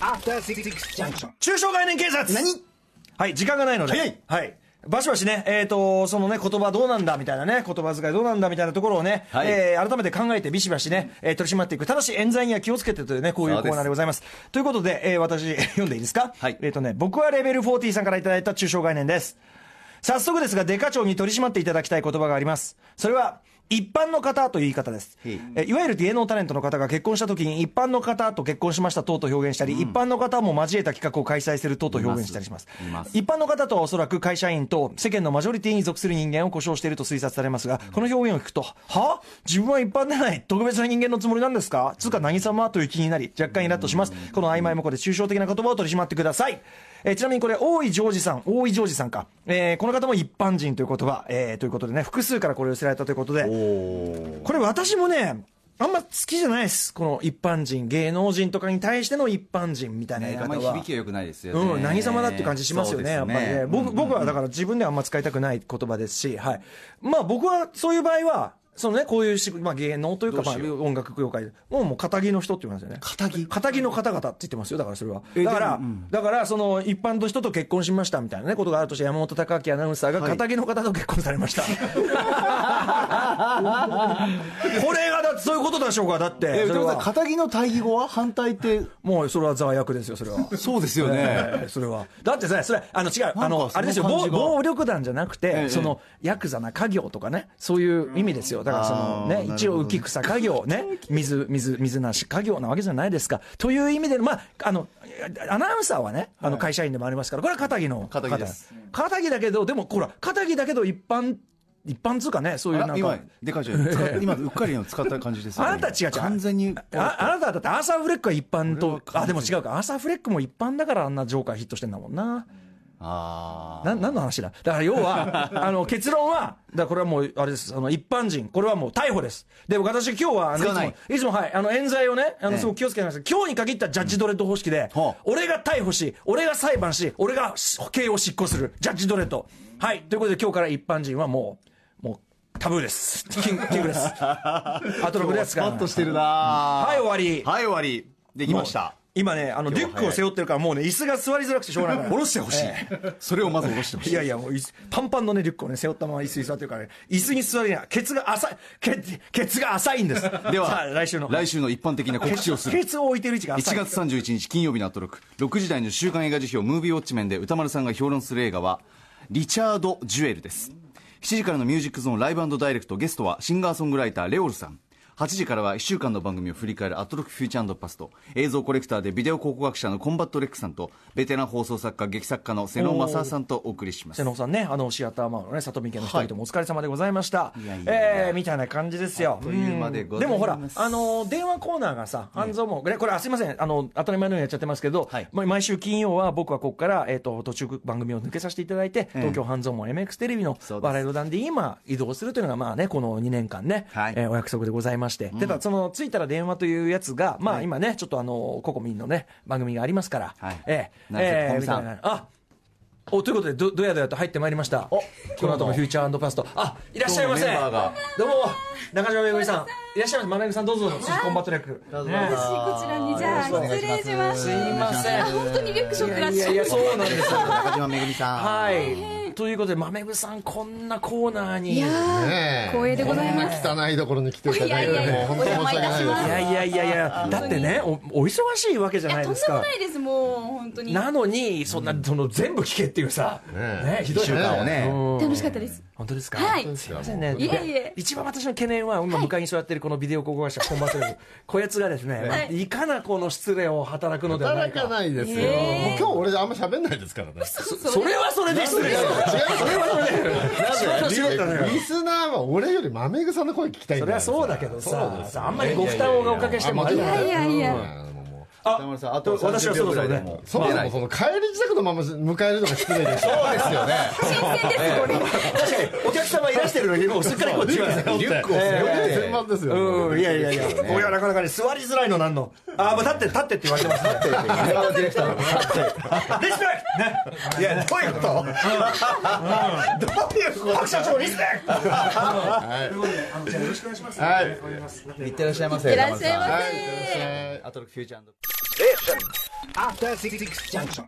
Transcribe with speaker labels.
Speaker 1: アフターシックスジャンクション。
Speaker 2: 中小概念警察
Speaker 1: 何
Speaker 2: はい、時間がないので。
Speaker 1: 早い
Speaker 2: はい。バシバシね、えっ、と、そのね、言葉どうなんだみたいなね、言葉遣いどうなんだみたいなところをね、
Speaker 3: はい
Speaker 2: えー改めて考えてビシバシね、えー取り締まっていく。ただし、冤罪には気をつけてというね、こういう
Speaker 3: そう
Speaker 2: コ
Speaker 3: です
Speaker 2: ーナーでございます。ということで、えー私、 読んでいいですか
Speaker 3: はい
Speaker 2: えっ、とね、僕はレベル40さんからいただいた中小概念です。早速ですが、デカ長に取り締まっていただきたい言葉があります。それは、一般の方という言い方です。
Speaker 3: へい
Speaker 2: えいわゆる芸能タレントの方が結婚した時に、一般の方と結婚しました等と表現したり、一般の方も交えた企画を開催する等と表現したりします。
Speaker 3: います
Speaker 2: 一般の方とはおそらく会社員と世間のマジョリティに属する人間を故障していると推察されますが、この表現を聞くと、は自分は一般でない特別な人間のつもりなんですかつうか何様という気になり、若干イラッとします。この曖昧もこで抽象的な言葉を取り締まってください。えーちなみにこれ、大井ジョージさん、大井ジョージさんか。えーこの方も一般人という言葉、えーということでね、複数からこれを寄せられたということで、これ私もね、あんま好きじゃないです。この一般人、芸能人とかに対しての一般人みたいな言い
Speaker 3: あ
Speaker 2: 方
Speaker 3: んま
Speaker 2: は。
Speaker 3: り響きは良くないですよね。
Speaker 2: うん、何様だっていう感じしますよね、や
Speaker 3: そ
Speaker 2: っ
Speaker 3: う
Speaker 2: ぱ
Speaker 3: で
Speaker 2: り
Speaker 3: す
Speaker 2: ね。僕僕はだから自分ではあんま使いたくない言葉ですし、はい。まあ僕はそういう場合は、そのね、こういうし、まあ、芸能というか、まあ、音楽業界もう、もう、仇の人って言いますよね。
Speaker 3: 仇
Speaker 2: 仇の方々って言ってますよ、だからそれは。
Speaker 3: え
Speaker 2: だから、
Speaker 3: でもうん
Speaker 2: だから、その、一般の人と結婚しましたみたいなね、ことがあるとして、山本隆明アナウンサーが、
Speaker 3: はい
Speaker 2: 仇の方と結婚されま した。これが、だってそういうことでしょうか、だって。
Speaker 3: え、
Speaker 2: そ
Speaker 3: 歌丸
Speaker 2: れ
Speaker 3: さん、
Speaker 2: は
Speaker 3: 片木の対義語は反対って、
Speaker 2: もう、それは罪悪ですよ、それは。
Speaker 3: そうですよ
Speaker 2: えーそれは。だってさ、それ、あの、違う、あ
Speaker 3: なん
Speaker 2: の
Speaker 3: か、
Speaker 2: あれですよ、
Speaker 3: その感
Speaker 2: 暴
Speaker 3: じが
Speaker 2: 暴力団じゃなく
Speaker 3: え
Speaker 2: て、
Speaker 3: え
Speaker 2: その、ヤクザな家業とかね、そういう意味ですよ。だから、その
Speaker 3: あ
Speaker 2: ね、
Speaker 3: ー
Speaker 2: 一応、
Speaker 3: なるほど
Speaker 2: 浮き草家業 ね、水、水、水なし家業なわけじゃないですか。という意味で、まあ、あの、アナウンサーはね、あの、会社員でもありますから、これは片木の。
Speaker 3: 片木です。
Speaker 2: 片木だけど、でも、ほら、片木だけど、一般、一般つうかね、そういうなん
Speaker 3: 今
Speaker 2: か。、
Speaker 3: でかいじゃん使っ。今、うっかりの使った感じですよね
Speaker 2: あなた違う違う。
Speaker 3: 完全に。
Speaker 2: ああなたはだってアーサー・フレックは一般と
Speaker 3: 俺は完、全に
Speaker 2: あ、でも違うか。アーサー・フレックも一般だからあんなジョーカーヒットしてんだもんな。
Speaker 3: あ
Speaker 2: な何の話だだから要 は、あの、結論は、だからこれはもう、あれです、あの、一般人、これはもう逮捕です。で、私今日は、あの、い
Speaker 3: 使わ
Speaker 2: つ
Speaker 3: ない
Speaker 2: も、いつもはい、あの、冤罪をね、あの、
Speaker 3: ええ
Speaker 2: すごく気をつけてますけど今日に限ったジャッジドレッド方式で、
Speaker 3: はあ
Speaker 2: 俺が逮捕し、俺が裁判し、俺が刑を執行する、ジャッジドレッド。はい、ということで今日から一般人はもう、もう、タブーです。キングキング です。アトロクでは
Speaker 3: ス
Speaker 2: 使
Speaker 3: パ
Speaker 2: わな
Speaker 3: ッ
Speaker 2: い
Speaker 3: としてるな
Speaker 2: はい終わり
Speaker 3: はい、終わり。できました。
Speaker 2: 今ね、あの、リュックを背負ってるから、もうね、椅子が座りづらくてしょうがないから。
Speaker 3: 下ろしてほしい。それをまず下ろしてほしい。
Speaker 2: いやいや、もう椅子、パンパンのね、リュックをね、背負ったまま椅子に座ってるからね、椅子に座りな、ケツが浅い、ケケツが浅いんです。
Speaker 3: で
Speaker 2: さあ
Speaker 3: は、
Speaker 2: 来週の。
Speaker 3: 来週の一般的な告知をする
Speaker 2: ケ。ツを置いてる位置が浅
Speaker 3: 1
Speaker 2: い。
Speaker 3: 月31日金曜日のアトロク6時台の週刊映画辞表「ムービーウォッチメン」で歌丸さんが評論する映画は「リチャード・ジュエル」です7時からの「ミュージックゾーンライブダイレクト」ゲストはシンガーソングライターレオルさん8時からは1週間の番組を振り返る「アトロクフューチャーパスト」映像コレクターでビデオ考古学者のコンバットレックさんとベテラン放送作家劇作家の瀬野正さんとお送りします
Speaker 2: 瀬野さんね、あの、シアターマンのね、里見家の人々もお疲れ様でございました。
Speaker 3: いやいやいや
Speaker 2: えーみたいな感じですよ。
Speaker 3: あっという間でございます
Speaker 2: うんもほら、あの、電話コーナーがさ、半蔵門、これ、これ、あすいません、あの、当たり前のようにやっちゃってますけど、
Speaker 3: はい
Speaker 2: ま毎週金曜は僕はここから、えっ、と、途中番組を抜けさせていただいて、東京半蔵門 MX テレビの
Speaker 3: そうです
Speaker 2: バラエド団で今、移動するというのが、まあね、この2年間ね、
Speaker 3: はい
Speaker 2: えーお約束でございまして。でただ、その、着いたら電話というやつが、まあ今ね、ちょっとあの、ココミンのね、番組がありますから、
Speaker 3: はい
Speaker 2: えー
Speaker 3: なるほど
Speaker 2: えー
Speaker 3: ココミ
Speaker 2: み
Speaker 3: ンさ
Speaker 2: た
Speaker 3: ん
Speaker 2: いな。あおということでどどやどやと入ってまいりましたこの後もフューチャーパストあいらっしゃいませ
Speaker 3: 今日のメンバーが
Speaker 2: どうも中島めぐみさんいらっしゃいませ真鍋さんどうぞそしてコンバットレック
Speaker 4: 私こちらにじゃあ失礼します。すい
Speaker 2: ません
Speaker 4: あ本当にリュックショックらっ
Speaker 2: い
Speaker 4: し
Speaker 2: や
Speaker 4: ゃ
Speaker 2: いや
Speaker 4: る。
Speaker 2: そうなんですよ
Speaker 3: 中島めぐみさん
Speaker 2: はいということで豆ぐさんこんなコーナーにい
Speaker 4: いや
Speaker 2: や
Speaker 4: ー
Speaker 5: ねえ
Speaker 4: 光栄でございます。
Speaker 5: こんな汚いところに来ていただい
Speaker 4: いやい
Speaker 5: て
Speaker 4: やい
Speaker 5: もう
Speaker 4: や
Speaker 5: 本当申し訳ない
Speaker 4: お邪魔いたします
Speaker 5: です
Speaker 2: いやいやいやだってねおお忙しいわけじゃ
Speaker 4: い
Speaker 2: な
Speaker 4: や
Speaker 2: い
Speaker 4: とん
Speaker 2: で
Speaker 4: ですも
Speaker 2: か
Speaker 4: ないですもう本当に。
Speaker 2: なのにそんなその全部聞けっていうさ
Speaker 5: ねえ
Speaker 2: ねひどい
Speaker 3: 週間をね
Speaker 4: 楽しかったです。
Speaker 2: 本当ですか
Speaker 4: はい。
Speaker 2: すいませんね
Speaker 4: いえいえ
Speaker 2: 一番私の懸念は今向かいに座ってるこのビデオ考古学者コンバトルこやつがですね、まあい、かなこの失礼を働くのではない
Speaker 5: 働
Speaker 2: か
Speaker 5: かないですよ、もう今日俺あんま喋んないですからね
Speaker 2: それはそれで失礼だよ
Speaker 5: 違う
Speaker 2: それはそれで仕事仕事だよ
Speaker 5: リスナーは俺より豆草の声聞きたいん
Speaker 2: それ
Speaker 5: だよ
Speaker 2: はそうだけど
Speaker 5: そうです
Speaker 2: さあんまりご負担をおかけしてもあれ
Speaker 4: い
Speaker 2: だ
Speaker 4: やいやいや。
Speaker 3: 歌丸さんあと
Speaker 2: 私は
Speaker 3: 30秒
Speaker 2: そろ
Speaker 3: ぐ
Speaker 2: そ
Speaker 3: ら
Speaker 2: ろ
Speaker 3: い
Speaker 2: ね
Speaker 3: でも
Speaker 5: そもそもその帰り自宅のまま迎えるのが失礼でしょそうですよね
Speaker 4: 新鮮ですこれ。
Speaker 2: 確かにお客様いらしてるのにもうすっかりこっちは
Speaker 3: リュックを背負って
Speaker 5: 全般ですよ、
Speaker 2: うんいやいやいや俺はなかなかね座りづらいのなんのあもう立って立ってって言われてますね
Speaker 3: ディレクター
Speaker 2: リスペクトねいやどういうこと、どういうこと白社長リスペクト
Speaker 5: はい
Speaker 3: いってらっしゃいませ
Speaker 4: いらっしゃいま
Speaker 5: はいいってらっし
Speaker 4: せ。
Speaker 5: ゃい
Speaker 3: アトロックフューチャー
Speaker 1: After Six Junction.